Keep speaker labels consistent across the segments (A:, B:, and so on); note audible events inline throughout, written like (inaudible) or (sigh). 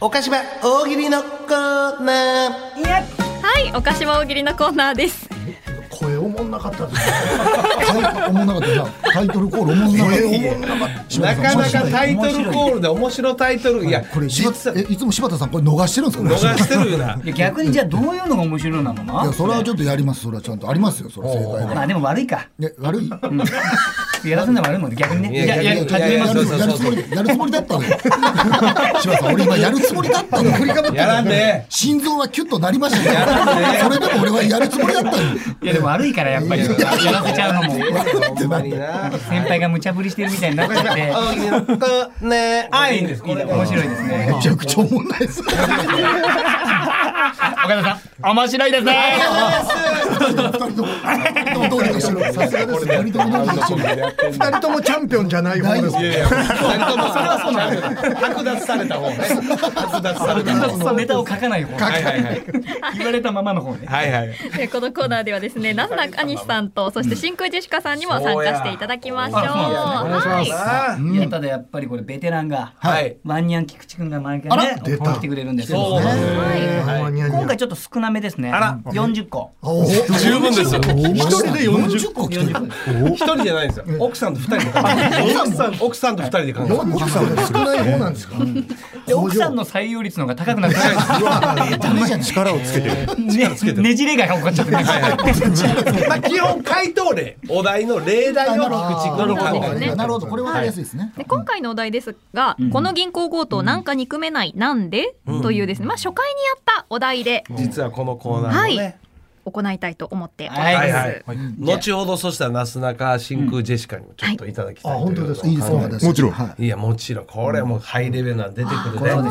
A: おかしば大喜利のコーナー
B: はい、お菓子は大喜利のコーナーです。 (laughs)
C: 声おもんなかったですねタイおもんなかったじゃんタイトルコールおもんなかった
A: 声おもん
C: なかっ
A: なかなかタイトルコールで面白いタイトルいや
C: これ柴
A: 実は
C: えいつも柴田さんこれ逃してるんですか
A: 逃してるよない
D: や逆にじゃあどういうのが面白いなの
C: い
D: な
C: やそれはちょっとやりますそれはちゃんとありますよそれは正解が
D: まあでも悪いか
C: ね悪い
D: やらせるのは悪いもんね逆にね
A: いや
C: や
A: いやい
C: や
A: やいや
C: やるやるつもりやるつもりだったのよ柴田さん俺今やるつもりだったのよ振りかぶって
A: やらんで
C: 心臓はキュッとなりましたけどそれでも俺はやるつもりだったのよ
D: いやでも悪いからやっぱりやらせちゃうのも
A: ほんまにな
D: 先輩が無茶ぶりしてるみたいになっちゃって
A: 大喜利のコーナー (laughs) あいいんですこれ
D: 面白いですね
C: めちゃくちゃおもんないです
D: 岡田さん面白いですね
C: 二人ともどうにかしろさすがです二人ともどうにかしろ
E: 二人ともチャンピオンじゃない方です
A: いやいや二人ともそれはそうなん剥奪された方ね剥奪された方
D: ネタを書かない方
A: はいはいはい
D: 言われたままの方ね
A: はいはい
B: でこのコーナーではですね、なすなかにしさんと、そして真空ジェシカさんにも参加していただきましょ
D: そ
B: う。
D: うや
B: は
D: あいやただやっぱりこれベテランが
A: はい
D: ワンニャン菊池くんが毎回ね
E: 出た
D: 来てくれるんですけ
A: そ
D: ど
A: うなんです
E: はい
D: 今回ちょっと少なめですね40個
C: お
A: 十分ですよ
E: 一人で四十
C: 40個来てる
A: 一人じゃないんですよ奥さんと二人で考え奥さん奥さんと二人で考え
E: 四十さんは少ない方なんですか
D: で奥さんの採用率の方が高くなって
C: ダメじゃない
F: 力をつけてる。
D: ねねじれが起こっちゃってね
A: まあ基本回答例お題の例題を口くん考え
B: ね
A: る
C: なるほどこれわかりやすいですね
B: で今回のお題ですが、この銀行強盗なんか憎めない、なんで、というですね、まあ初回にやったお題で、
A: 実はこのコーナー
B: は
A: もね、
B: い、行いたいと思っております。
D: はい
A: はいはい。後ほどそしたらなすなか真空ジェシカにもちょっといただきたいということを考えて。
C: いいですね私
F: もちろん
C: はい
A: いやもちろんこれはもうハイレベルなんで出てくるね。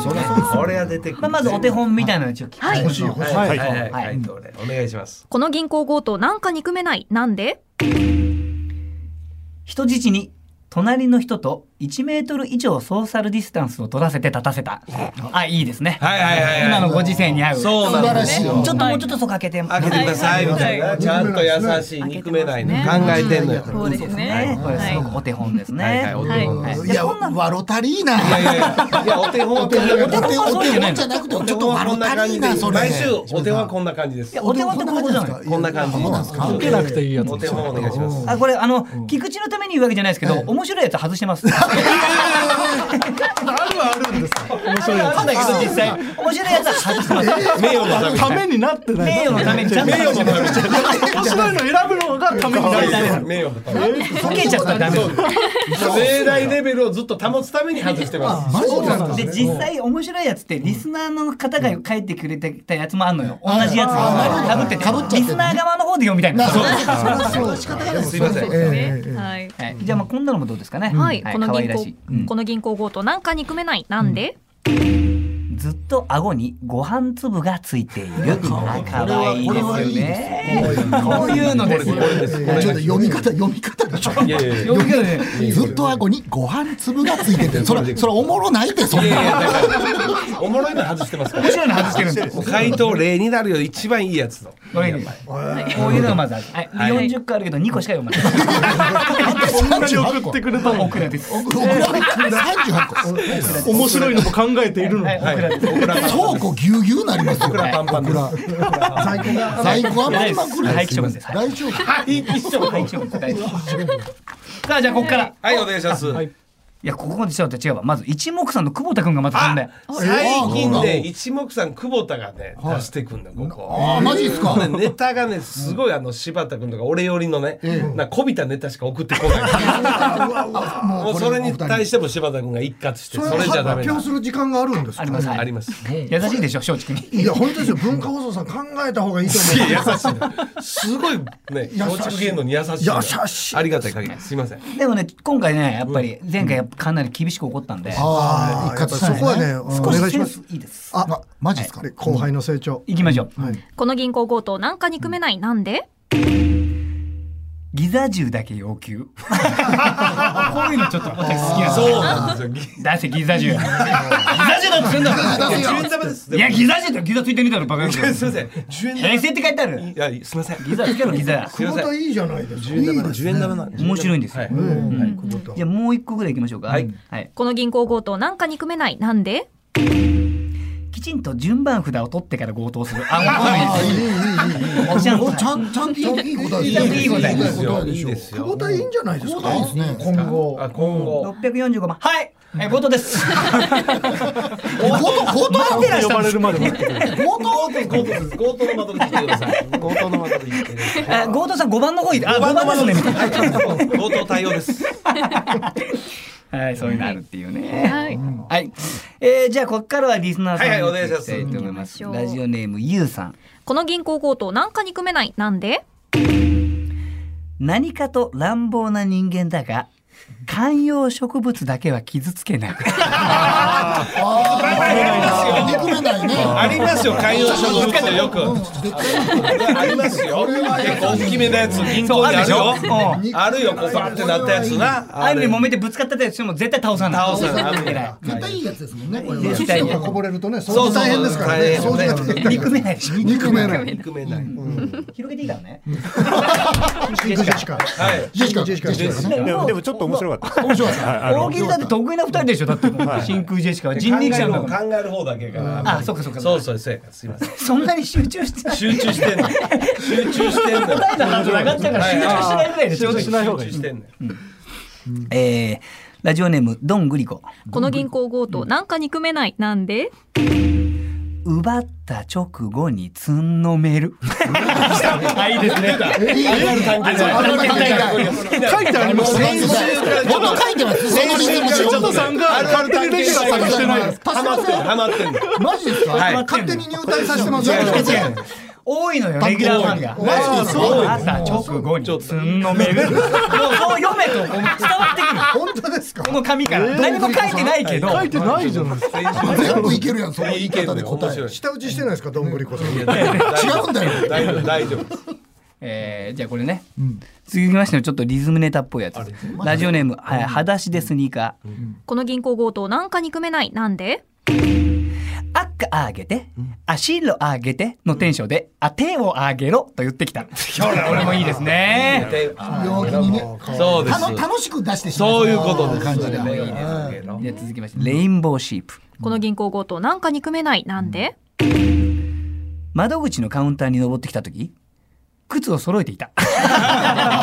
A: これは出てくる。
D: まあまずお手本みたいなのをちょっと聞きたい
B: は
D: で
B: い
D: すけど
A: はいはいは
D: はい
A: い回答例お願いします。
B: この銀行強盗なんか憎めない、なんで
D: 人質に隣の人と1メートル以上ソーシャルディスタンスを取らせて立たせた。あ、いいですね。
A: はいはいはいはい
D: 今のご時世に合う。
A: そうなんだね
D: ちょっともうちょっとそうかけて。
A: 開けてくださいみたいなちゃんと優しい憎めないの考えてんのよ。
B: そうですね。
D: これすご
B: は
D: くお手本ですね。
A: はいはいお手
B: い。
A: 本。
B: はい
C: いやわろたりーない
A: やいやいやいやお手本はこんな感じ。
C: お手本じゃなくてちょっとわろたりーなそれ
A: 毎週お手本はこんな感じです。
D: お手本ってここじゃない。
A: こんな感じ。
C: 関係なくていい
A: お手本お願いします。
D: あ、これあの菊池のために言うわけじゃないですけど、面白いやつ外して
A: (laughs)
D: ます。
E: あるはあるんです
D: なんだけど実際面白いやつは外してます。
A: 名誉のために
E: ためになってない
D: 名誉のためにちゃんと
A: 名誉のために
E: 面白いの選ぶのがためになってない
A: 名誉のために
D: 溶けちゃったらダメです。
A: 例題レベルをずっと保つために外してます。
C: マジで
D: で実際面白いやつってリスナーの方が書いてくれてたやつもあるのよ同じやつかぶってて
C: っちゃって
D: リスナー側の方で読みたいの
A: すいません。
B: はい
D: はいじゃあまあこんなのもどうですかね
B: はい、この
D: 可愛
B: 銀
D: らしい
B: 行、この銀行強盗なんか憎めない、なんで
D: ずっと顎にご飯粒がついているあ可愛いですよねこういうのですよ
C: ちょっと読み方読み方でしょ
A: いやいやいや。
D: 読み方ね
C: ずっと顎にご飯粒がついててそれそれおもろないってそんな
A: (laughs) おもろいの外してますから
D: 面。白いの外してるんです
A: 回答例になるより一番いいやつの。
D: これねこういうのがまずあるはいで
A: はい
D: 40個あるけど2個しか読まない
E: こんなに送ってくれたの
D: 奥田です
C: 僕僕38個
E: 面白いのも考えているの
D: はい
E: に
D: 奥田です
C: 倉庫ぎゅうぎゅうになりますよ
A: パンパンです。
E: 在庫が
C: 在庫余りまくる
D: 廃棄処分ですはい
C: 大丈夫
D: はい一応大丈夫さあじゃあここから
A: はいお願いします。
D: いや、ここまでしちゃうと違うわ。まず、一目散の久保田くんがまず問題。
A: 最近ね一目散久保田がね出してくんだここ。
C: あマジですか
A: これネタがねすごいあの柴田君とか俺寄りのねなんかこびたネタしか送 (laughs) ってこない。もうそれに対しても柴田君が一括してそれじゃダメ
E: 発
A: だ
E: 表。する時間があるんです
D: あ
E: か
D: ります。は
A: あ
D: い
A: ります。
D: 優しいでしょ、松竹に。
E: いや本当ですよ文化放送さん考えた方がいいと思
A: 優しい
E: う
A: なすごいね松竹芸能に優しいな
E: 優しい
A: ありがたい限りですいません
D: でもね、今回ね、やっぱり、前回やっぱかなり厳しく怒ったんで、
C: あ
E: あ
C: あ
E: ーやっぱそこはねお
D: 少
E: 願
D: し
E: いし
D: セン
E: ま
D: ス
E: す
D: いいです。
E: あ
C: マジですか
E: で後輩の成長
D: 行きましょう。
B: この銀行強盗なんか憎めない、なんで
D: ギザ銃だけ要
E: (laughs)
D: 求。こういうのちょっと私好きな
A: そう
D: の。
A: なんです (laughs) よ
D: 出せ、ギザ銃。
E: (laughs)
D: ギザ銃だってすんだ
A: 10円玉です
D: いや、ギザ銃ってギザついてみたらバカ野
A: (laughs) いや
D: 郎
A: すいません10円玉
D: 平成って書いてある。
A: いやすいません
D: ギザつけろ、ギザ。
A: (laughs) すいません
E: 本当いいじゃないですか
A: 10円玉10円玉な
D: 面白いんです
A: は
D: よ
A: い。
D: じゃあもう一個ぐらい行きましょうか。はい。
B: この銀行強盗なんか憎めない、なんで
D: ちんと順番札を取ってから強盗する。あ、
C: ああいいいいいい。
D: おっちゃん
C: おちゃんちゃんといい答え
D: ちゃんといい答え
A: いいですよ
C: いい答えでしょ
A: いいです
E: 久
A: よ
E: 保田いいんじゃないです
C: 久保
E: か
C: 田いいですね
E: 今後
A: あ今後
D: 六百四十五万。はい。え、強盗です。
C: 強盗強盗
F: 強盗と呼ばれるまで待ってくれる
A: 強盗です強盗です強盗の的で来てください強盗の的で来てください
D: あ (laughs) 強盗さん五番の方いて。あ、五番ですね。みたいな
A: 強盗対応です
D: はい、そういうのあるっていうね。
B: はい。
D: はい。えー、じゃあここからはリスナーさん
A: はいは
D: に
A: いお願いします
D: 聞きたと思います
B: 行きましょう
D: ラジオネームゆうさん。
B: この銀行強盗なんか憎めないなんで
D: 何かと乱暴な人間だが観葉植物だけは傷つけない。
C: ああ憎めないね
A: ありますよ観葉植物よくありますよ結構大きめのやつ銀行にあるよ
D: うん
A: あるよこうバってなったやつな
D: ある意味
A: れ
D: 揉めてぶつかってたりしても絶対倒さない。
A: 倒さないあるね
D: 偉
C: 絶対いいやつですもんねこれは
D: 絶対
C: (laughs)
E: 土とかこぼれるとね掃
A: そう
E: 除大変ですからね
A: そうそう
E: 掃除が
A: 大
E: 大
A: 変
E: 変
D: い憎めないでしょ。
C: 憎めない
A: 憎めない
D: 広げていいからね。
E: ジェシカ
A: はい
C: ジェシカ
E: ジェシカ
C: ジェシカね
F: でもでもちょっと面白かった。面。
C: 白かった
F: はいあの
D: 大喜利だって得意な二人でしょ。だって真空ジェシカは人力車の
A: 考。える方考える方だけが
D: あ、そうかそうか。
A: そうそうそうやからすいません
D: そんなに集中してない。
A: 集中してんの集中してんの
D: 答えのはずなかったから集中してないぐらいでちょうどいい
F: しない方がい
A: 集
F: い
A: 中してんのよ
D: えー、ラジオネームどんぐりこ。
B: この銀行強盗なんか憎めないなんで
D: 奪った直後につんのめる。
A: あいいですね
F: 書いてありますね。
A: 先週からちょっと
C: 書いてますそのリズム
F: ちょっとさんが勝手にレギュラー参加してないです。
A: ハマってんのハマってんの
C: マジですか
A: はい
C: 勝手に入隊させてますよ
D: 多いのよ、レギュラーファンが。
C: マジですか
D: 朝直後につんのめる。もうそう読めとこう伝わってくる。
C: 本当ですか
D: この紙から。何も書いてないけど。
F: 書いてないじゃないですか。
C: 全部いけるやんその言い
A: いけ
C: 方
A: る
C: で
A: よ面
C: 答え
A: 白い
E: 舌打ちしてないですかどんぐりこさん
A: 違
C: うんだよ
A: 大丈夫大丈夫
D: えーじゃあこれね、続きましてのちょっとリズムネタっぽいやつラジオネーム「はい裸足でスニーカー」
B: この銀行強盗なんか憎めないなんで
D: 赤あげて足をあげて」のテンションで「あ手をあげろ」と言ってきたほら俺もいいですね
C: 病気にね
A: そうです
C: たの楽しく出してしま
A: そういうことです
C: 感じで
A: それがいいですね
D: じゃあ続きまして「レインボーシープ
B: この銀行強盗なんか憎めないなんで」
D: 窓口のカウンターに登ってきた時靴を揃えていた
C: めっ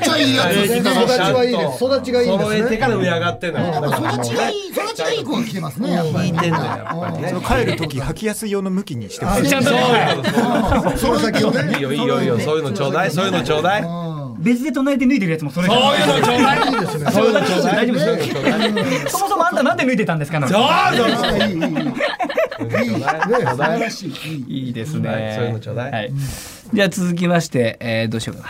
C: ちゃいいやつですね
E: 育ちはいいです育ちがいいですね
A: 揃えてから上上がってんの
C: やっぱ育ちがいい育ちがいい子が来てますねやっぱり
A: てんのよやっぱりね
F: その帰る時履きやすい用の向きにしてます。
D: ちゃんと
A: そ
D: ね
A: ういうこと
C: その先を
A: そうい
C: ね
A: いよいいよいいよそういうのちょうだいそういうのちょうだいそ
D: 別で隣で脱いでるやつもそれ
A: ういうのちょうだい
E: いいですね
A: そういうのちょうだ
D: 大
A: い
D: 丈夫です
A: そういうのちょうだい
D: そもそもあんたなんで脱いでたんですかなんて
A: そうそうそう
C: いいいいいい
A: ちょうだいちょうだい
C: しいいい
D: いいです
A: はい
D: ね
A: そういうのちょうだい
D: はいじゃあ続きまして、えーどうしようかな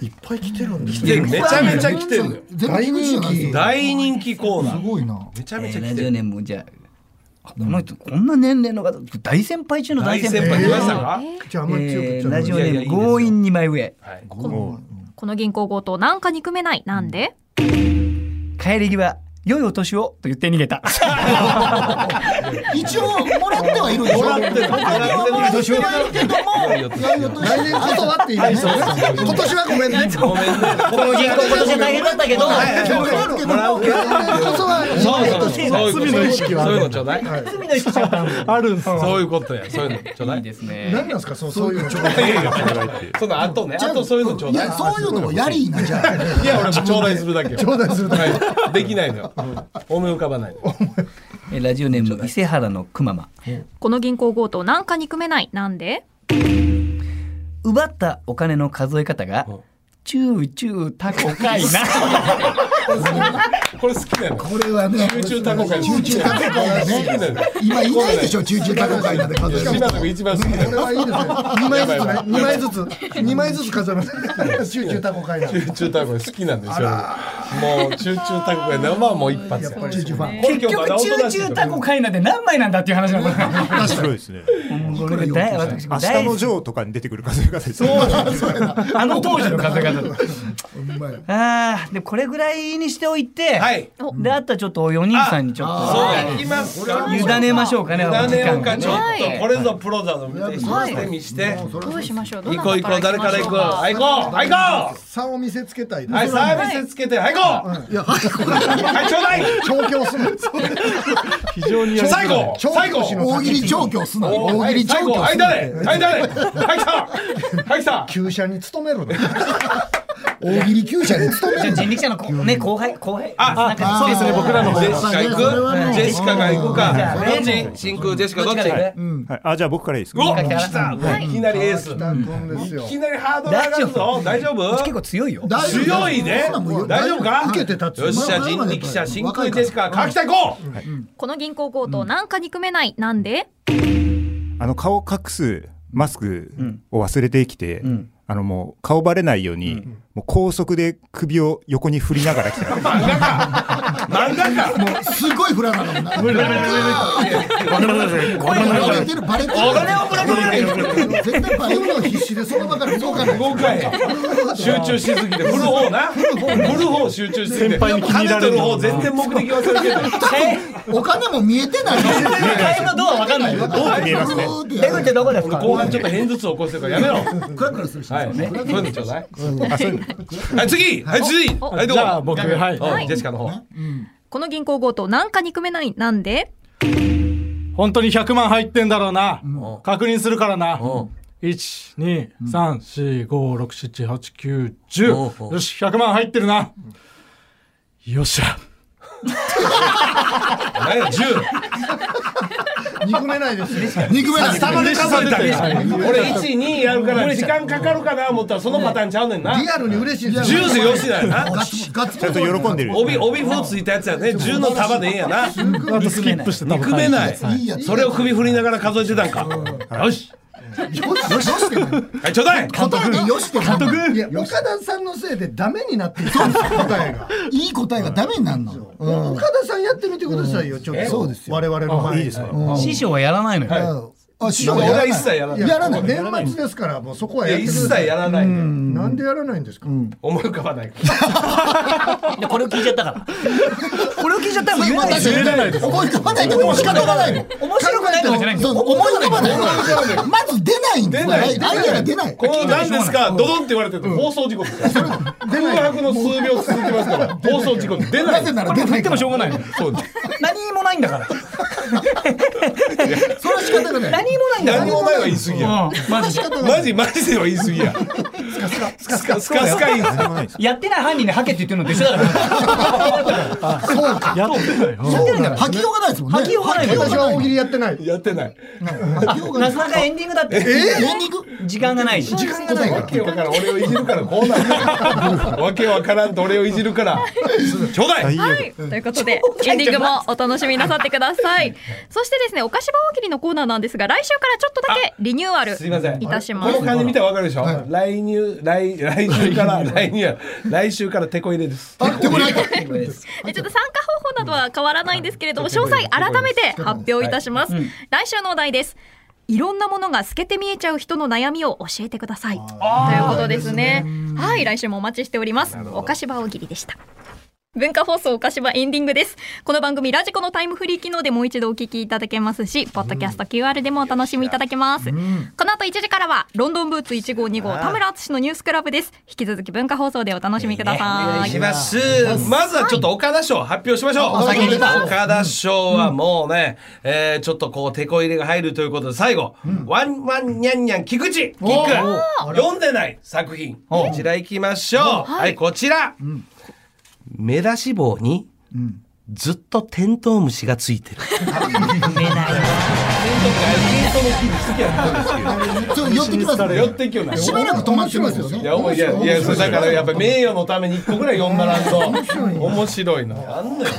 D: い
E: っぱい来てるんです
A: でめちゃめちゃ来てるのよ
C: 全部人気す
A: 大人気コーナー
C: ごいな
A: めちゃめ
D: え
A: ちゃ
D: ー
A: 来
D: ラ
A: て
D: ジオ
A: る
D: ネームじゃああこの人こんな年齢の方大先輩中の大
A: 大
D: 先輩
A: 先輩来ました
E: え
A: か
E: じゃああんまり強く
D: え
E: 言っち
D: ー
E: ゃ
D: ラジオネ
A: い
D: ーム
A: やいやいいですよ
D: 強引に前上
A: はい
F: も
B: この銀行強盗なんか憎めないなんで
D: 帰り際良いお年をと言って逃げた
C: 一応もらってはいるでしょ
A: もらってるもらってる
C: 来年こそはっていいね今年はごめんね
A: ごめんねこの銀行
D: 今年は大変だったけど
C: もらうけども来年こそ
A: そうそうそうそういうことそういう
C: は
A: ことちょうだい
D: 罪の意識しちゃったんだ
F: あるんですよ。
A: そういうことやそういうのちょうだ
D: いい
A: い
D: ですね
E: 何なんですかそのそういうの
A: その後ねあとそういうのちょうだい
C: やそういうのもやりいなじゃあ
A: いや俺も頂戴するだけよ
E: 頂戴するだけ
A: はいできないのよ思い浮かばないのよ
D: えーラジオネーム伊勢原のくまま
B: この銀行強盗なんか憎めないなんで
D: 奪ったお金の数え方がチューチュータコかいな
A: これ好きなの
C: これはね
A: 中中多国会
C: 中中多国会だ
A: 好きなの
C: ね今いないでしょ中中多国会なんて数
A: 島田君一番好きな
E: こ
A: の
E: れはいいですね2枚ずつね二枚ずつ二枚ずつ飾る集中タコ会な
A: 中中タコ好きなんですよもう中中タコが生はもう一発や
E: ぱり中中ファ
A: これ
D: 結局
A: 今日
D: チューチュータコかいなって何枚なんだっていう話なのこれ
A: (laughs)
F: 面白いですね。
D: これ大私
F: 明日のジョーとかに出てくる数え方ですね。
A: (laughs)
D: あの当時の数え方
E: ほんまや
D: ああ、でもこれぐらいにしておいて、
A: はい。
D: で、あとはちょっと4人さんにちょっ
A: そ
D: と
A: ういきますか。
D: 委ねましょうかね、お
A: 委
D: 時
A: ねよ
D: 間
A: うか
D: が
A: ちょっ
D: ね。
A: とこれぞプロだぞ見てして見して。
E: もうそれ
B: どうしましょう。どん
A: 行
B: な
A: こう行こう誰から行く。はい行こうはい行こ
E: 差を見せつけたいで
A: う。はい
E: それは
A: サービスつけてはい行こ
E: いやはいこ
A: う。はいちょうだい。
E: れ調教する
F: 非常にやりづら
A: 最
F: い
A: 後最後。
C: 大喜利調教すな。大喜利調
A: 最後
C: 教
A: は
C: す
A: い
C: な。
A: 誰はい誰はい来たはい来た。
E: 旧車に勤めるの
C: 大喜利厩舎に勤め
D: じゃあ
C: る。
D: 人力車のこ、ね、後輩、後輩。
A: あ
D: あ
A: そうですね僕らのジェシカ行く
C: そうだね
A: ジェシカが行く
D: じゃ
A: か
D: あ
A: どっ
D: ね
A: ち真空ジェシカど
D: ど
A: っ
D: っ
A: ち
D: ちから行く
F: はいあじゃあ僕からいいです
A: うわ
F: か。
A: 来たいきなりエース。
E: 来たんですよ
A: いきなりハードル上がるぞ大丈夫
D: 結構強いよ。
C: 大丈夫
A: 強いね大丈夫か
E: 受けて立つ
A: よっしゃ人力車真空ジェシカ川北行こう
B: この銀行強盗なんか憎めない。なんで？
F: あの顔隠すマスクを忘れてきて、
D: ん
F: あのもう顔バレないように、もう高速で首を横に振りながら来た。
A: 漫画か漫画か
C: すごいフラなのな。バレてるバレてる。
A: 俺をぶら下げる
C: 絶対バレるの必死でその場から動かない。
A: 動かへん集中しすぎて振 (laughs) る方な振る方集中しすぎて
F: 先輩に気に入られる
A: 兼ねて方全然目的忘れてる
C: お金も見えてない。
D: 前のドアわかんないよ。
F: 多く見えますね。
D: 出口どこですか
A: 後半ちょっと偏頭痛起こしてるからやめろは
C: クラクラするし。
A: いそういうのちょうだいはい次はい次はいどう
G: じゃあ僕はい
A: うんジェシカの方
B: この銀行強盗なんか憎めない。なんで？
G: 本当に100万入ってんだろうな。確認するからな。
A: うん
G: 1、2、3、4、5、6、7、8、9、
A: うん
G: 10。よし、100万入ってるな。よっしゃ。
A: 何や10
E: 憎めないですよ
C: 憎めない。
A: 頭で数えた俺12やるから時間かかるかな思ったらそのパターンちゃうねんな
E: リアルに嬉しいですよ
A: 10でよしだよな
C: ガッツ
F: ちゃんと喜んでる。
A: 帯帯4ついたやつやね10の束でええんやな
G: あとスキップして多分
A: 憎めない
G: はい
C: いいやつ
A: それを首振りながら数えてたんかよし
C: よしよしってない
A: はいちょうだい
C: 答えでよしって監督
E: いや岡田さんのせいでダメになってきたんですよ答えが
C: いい答えがダメになるの
E: 岡田さんやってみてくださいよちょっとそうですよ我々の前に
F: いいですか。
D: 師匠はやらないのよ。
C: あ師匠が
A: 俺
C: やら
A: は
C: ない
A: 一切やらない
E: やらない年末ですからもうそこはやって
A: 一
E: くだ
A: 切
E: さい
A: やらないで
E: なんでやらないんですか
A: 思い浮かばないから
D: でこれを聞いちゃったから。これを聞いちゃったらもう言えないですよ。
C: れないです思い浮かばないけど仕方がないの
D: 面白くないとかじゃないんです
C: そう
D: よ。
C: 思い浮かばないまず出ないんで
A: 出
C: す
A: ない出な
C: ア
A: い
C: イデアが出ない
A: この何ですかドドンって言われてると放送事故ですよ空白の数秒続きますから放送事故出な
C: ないぜなら出ない
G: で
C: か
G: も
C: ら
G: しょうがないの。
A: そう
D: 何もないんだから。
C: それは仕方がない
D: 何もないんだから
A: 何。もないは言い過ぎや
D: マジで。
A: マジマジでは言い過ぎやスカスカスカスカ言い過ぎ
D: やってない犯人にハケって言ってるのと一緒だから。
G: やってないよ。
C: そうだよ吐きようがないですもんね
D: 吐きようがない
C: 吐
E: 私
C: き
E: は
C: よう
E: 大
C: が
E: 喜利やってない
A: やってない
C: ないよ
D: なかなかエンディングだって。
C: エンディング
D: 時間がないし。
C: (laughs) 時間がないか
A: わ
C: ら
A: けわからん俺をいじるからこうなるわけわからんと俺をいじるからちょうだい
F: いいよ
B: はい、ということで、エンディングもお楽しみなさってください。そしてですね、お菓子場大喜利のコーナーなんですが、来週からちょっとだけリニューアル
A: すいません
B: いたしま
A: こ
B: す
A: の。感じ見たらわかるでしょ、来入来来週から来入来週からテコ入れです
C: あでもないか
B: でちょっと参加方法などは変わらないんですけれども、詳細改めて発表いたします。来週のお題です。いろんなものが透けて見えちゃう人の悩みを教えてください。ということですね。はい、来週もお待ちしております。お菓子場大喜利でした。文化放送お菓子場エンディングです。この番組ラジコのタイムフリー機能でもう一度お聞きいただけますし、ポッドキャスト QR でもお楽しみいただけます。この後1時からはロンドンブーツ1号2号田村敦のニュースクラブです。引き続き文化放送でお楽しみください。
A: ますまずはちょっと岡田賞発表しましょう岡田賞はもうね、えーちょっとこうテコ入れが入るということで最後、ワンワンニャンニャン菊池菊読んでない作品こちら行きましょうはい、こちら、目出し帽にずっとテントウムシがついてる。
C: ちょっと寄ってきます
A: 寄っ
C: ね
A: てきよな。
C: しばらく止まってますよ
A: い
C: ね
A: や、おもいや、いや、そうだから、やっぱ名誉のために一個ぐらい読んだらんと。面白いな。あんのよ。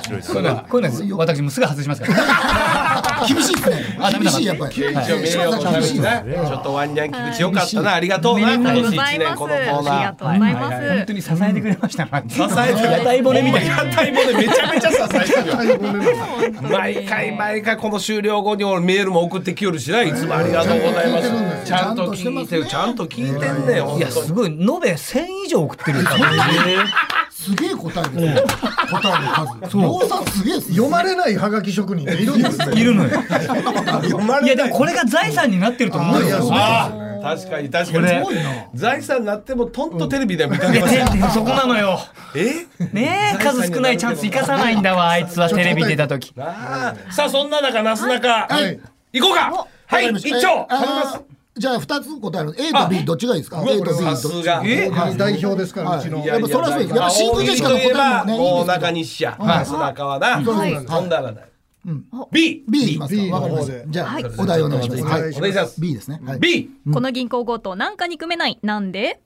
D: こういうの私もすぐ外しますから。
C: 厳しいですね。
D: あダメ
C: 厳
D: だ
C: しいやっぱり。
A: 一応名誉のためにね、ちょっとワンニャン菊池よかったな、ありがとうな、今年一年このコー
B: あり
A: ナ
B: が
A: ー。
B: とうございま
D: はいはい本当
B: す。
D: に支えてくれましたからね。
A: 支えてる
H: 屋台骨みたい
A: 屋台骨めちゃめちゃ支えてるよ
B: 本当に
A: 毎回毎回この終了後に俺メールも送ってきよるしないつもありがとうございますちゃんと聞いてるちゃんと聞いてんねよ
H: いや、すごい、延べ1000以上送ってるからね。
C: すげえ答えですね。答えの数。量産すげえですね。
E: 読まれないハガキ職人っているんですね。
D: いるのよ。
A: 読
H: いや、
A: ま
H: で
A: れな
H: も
A: い
H: これが財産になってると思うよ。
A: ああ確かに確かにすごいな財産になってもとんとテレビでは見かけま
H: い
A: せん
H: やてそこなのよ。
A: え
H: ねえ、数少ないチャンス生かさないんだわ、あいつはテレビ出た時。
A: なあさあそんな中なすなか
C: はい
A: 行こうかはい一丁
C: えー
A: 食べます
C: あーじゃあ二つ答える。A と B どっちがいいですか。A と B ど
A: さ
C: っち。
A: すが
H: え
E: 代表ですから、うちの。
C: やっぱそりゃそうです。やっぱ真空ジェシカの
A: といえ
C: 答
A: ば
C: えもねいい
A: も
C: で
A: う
C: すけ
A: 中
C: ど。
A: 西やなすなかはな
C: はい
A: 飛んだらない B
C: B いきます
E: B
C: か。
E: の
C: わかりま
E: 方
C: し
E: で
C: た。じゃあ
B: はい
C: お題お願いします。は
A: お願いします
C: B ですね。はい
A: B
B: この銀行強盗なんか憎めないなんで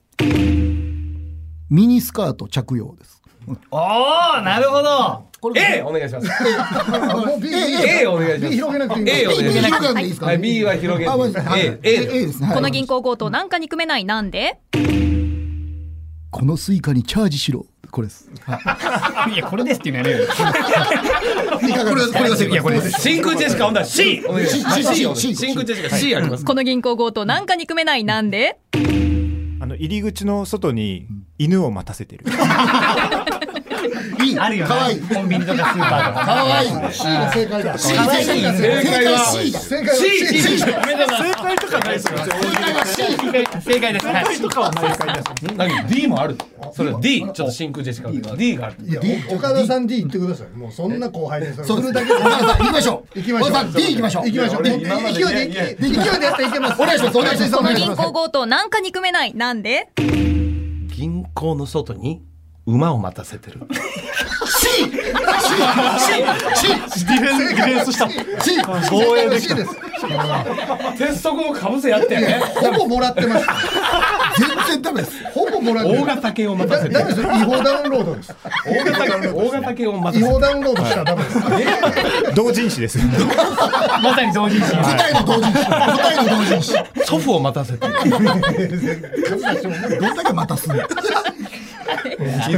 C: ミニスカート着用です。
H: おー、なるほど。
A: A お願いします
E: もう B、
A: A お願いします
E: B 広げなくていい。
A: A をお
C: B
A: 願い
C: 広
A: し
C: げ
A: ま
C: なくていいです
A: す
C: か。
A: はい B は広げ
C: あ、まず
A: る
C: はい
A: A
C: A
A: A
C: で
A: です
C: ね。はい
B: この銀行強盗なんか憎めないなんで
C: このスイカにチャージしろ。これです。
D: いやこれですっていうのやめようよ。
C: これこれが正
D: いやこれ
C: 解
D: で。
C: ですす。
A: 真空ジェシカほんなら C お願いします
C: C
A: C お願い
C: C
A: 真空ジェシカ C あります
B: この銀行強盗なんか憎めないなんで
F: あの入り口の外に犬を待たせてる。
C: いい。
D: あるよ
C: かわいい。
D: ね。コンビニとかスーパーとか。
C: かわいい。
E: C が正解だ。
C: 正解正解
A: 正解は
C: 正 C だ。
E: 正解は C。
A: C 正
D: 正解です。はい
A: 解 D もあるそれは D ちょっと真空ジェシカの D がある
E: いや、岡田さん D 言ってください。もうそんな後輩です。
C: そう
E: そ
C: で
E: れ
C: す。
E: だけ。
C: 岡田さん行きましょう。
E: 行きましょう
C: 岡田さん D 行きましょう。
E: 行きましょう
C: で
E: 俺今まで
C: 勢い
E: い
C: で
E: や
C: 勢いでやったらいけます。お願いします。お願いします。お
B: この
C: 願いし
B: 銀
C: ます
B: 行。強盗なんか憎めないなんで
A: 銀行の外に馬を待たせてる
G: ディフェンディフェンスした。
E: C。防衛できです。
A: 鉄則もかぶせやってね
E: ほぼもらってます。
C: 全然ダメです。
E: ほぼもらって
A: (laughs) 大型犬を待たせて
E: ダメですよ。違法ダウンロードです。
A: 大型犬大型犬を待
E: 違
A: たせて
E: 法ダウンロードしたらダメです。
F: 同人誌です。
D: まさに同人誌。
C: 答えの同時に。答えの同時に。
A: る祖父を待たせてる
C: どんだけ待たすの。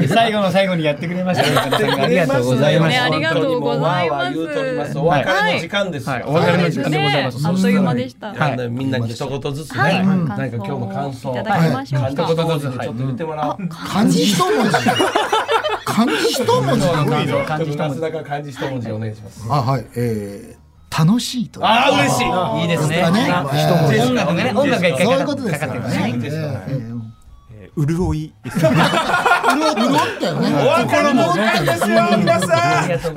D: 最後の最後にやってくれましたね。岡田さんがありがとうございま
B: ね
D: す。
B: ありがとうございます
A: 本当にもうわーわー言うとりますお別れの時間ですよ、
D: はい、お別れの時間でござい
B: ね
D: ます。
B: あっという間でした
A: あのみんなに一言ずつね、
B: はい
A: なんか今日の感想
B: いただきましょう
A: 一
B: か
A: 言ずつちょっと言ってもらおう。
C: 漢字一文字。漢字一文字。
A: ちょっとなすなか漢字一文字お願いします。
C: あ、はい。えー、楽しいという。
A: ああ嬉しい。
H: いいですね。
C: ね
H: あ
D: 音楽がね、音楽が一回
C: そうい
D: か
C: う
D: か
C: ことです
D: か
C: よ
D: かって
C: ね
D: るね。
A: いいですね
F: えー潤いですね。
A: お別れの時間ですよ皆さん。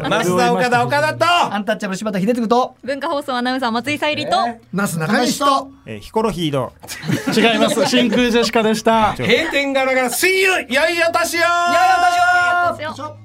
A: マスター岡田岡田と。
H: アンタッチャブル柴田秀嗣と。
B: 文化放送アナウンサー松井さゆりと
E: なすなかにしと。
F: えーヒコロヒーの
G: 違います。真空ジェシカでした。
A: 閉店ガラガラ水曜良いお年を。
B: ですよ